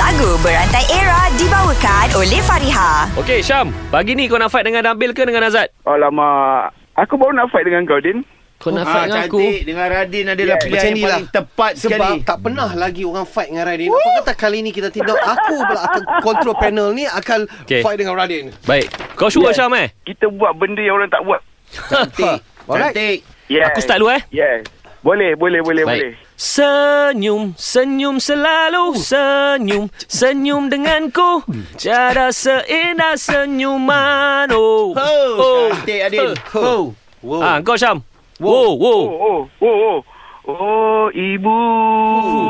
Lagu Berantai Era dibawakan oleh Fariha. Okey Syam, pagi ni kau nak fight dengan Nabil ke dengan Azad? Alamak. Aku baru nak fight dengan kau, Din. Kau nak Ah, fight dengan cantik aku? dengan Radin adalah Yeah, yeah, pilihan Ya, macam yang inilah. paling tepat sekali. Hmm. Sebab tak pernah lagi orang fight dengan Radin. Apa kata kali ni kita tidak aku pula akan control panel ni akan Okay. okay. fight dengan Radin. Baik. Kau sure Yes. Syam eh? Kita buat benda yang orang tak buat. Cantik. Alright. Cantik. Yes. Aku start dulu eh. Yes. Boleh, boleh, Ya, boleh, boleh. Senyum, senyum selalu Senyum, senyum denganku Cara seindah senyuman Oh, Ho, cantik Adin. Ho. Wow. Ah, kau Syam Wow, wow Oh, oh, oh, oh. Oh, ibu.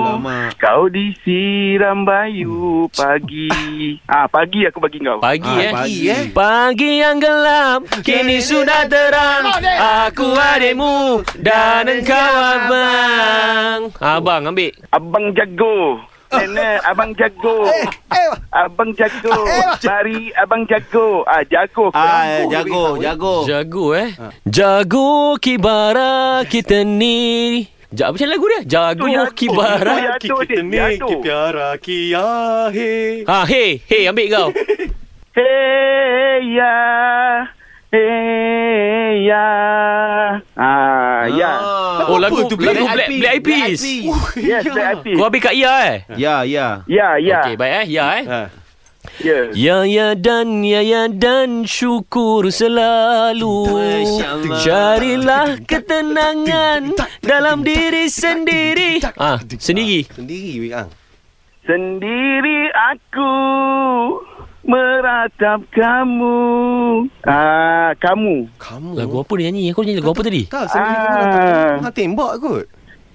lama. Kau disiram bayu pagi. Ah, pagi aku bagi kau. Pagi Ah, eh pagi, eh. Pagi yang gelap Kini sudah terang Aku adikmu Dan engkau abang Abang ambil Abang jago. Nenek, abang jago. Eh, eh. Abang jago. Eh. Mari abang jago. Ah, jago. Ah, jago, jago. Jago eh Jago kibara kita ni Ja, apa macam lagu dia? Jago Tu jatuh. kibara Tu jatuh, Din. Jatuh. piara kiyahe. Ha, hey, hey, ambil kau. Hey ya. Hey ya. Ah, ya. Oh, lagu tu? lagu Black, Black Eyed Peas. Yes, Black Kau Eyed Peas. ambil kat Ya eh? Ya, ya. Ya, ya. Okey, baik eh. Ya eh. Ha. Ya. Ya ya dan ya ya dan syukur selalu Masya Allah. Carilah ketenangan dalam diri sendiri Ah, sendiri Sendiri weh ang. Sendiri aku meratap kamu. Ah, kamu. Kamu. Lagu apa dia nyanyi? Aku nyanyi lagu apa tadi? Tak, sendiri kamu Ah. dah tak pernah tembak kot.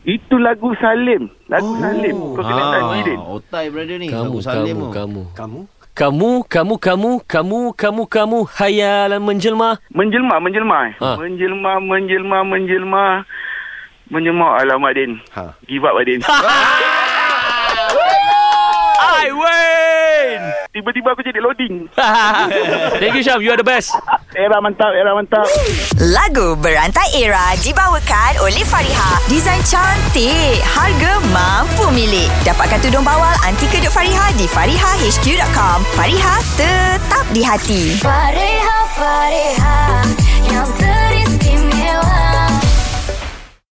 Itu lagu Salim. Lagu Oh. Salim. Kau kena Ah, tahu Din. otai brother ni. Kamu, Lagu Salim kamu, tu. kamu Kamu? Kamu, kamu, kamu, kamu, kamu, kamu Hayalan menjelma Menjelma, menjelma. eh. Ah. Menjelma, menjelma, menjelma. Menjelma alamat Din. Ha. Give up Din. I win! Tiba-tiba aku jadi loading. Thank you Syam, you are the best Era mantap, era mantap. Lagu Berantai Era dibawakan oleh Fariha. Desain cantik, harga mampu milik. Dapatkan tudung bawal anti kedut Fariha di farihahq.com. Fariha tetap di hati. Fareha, fareha, yang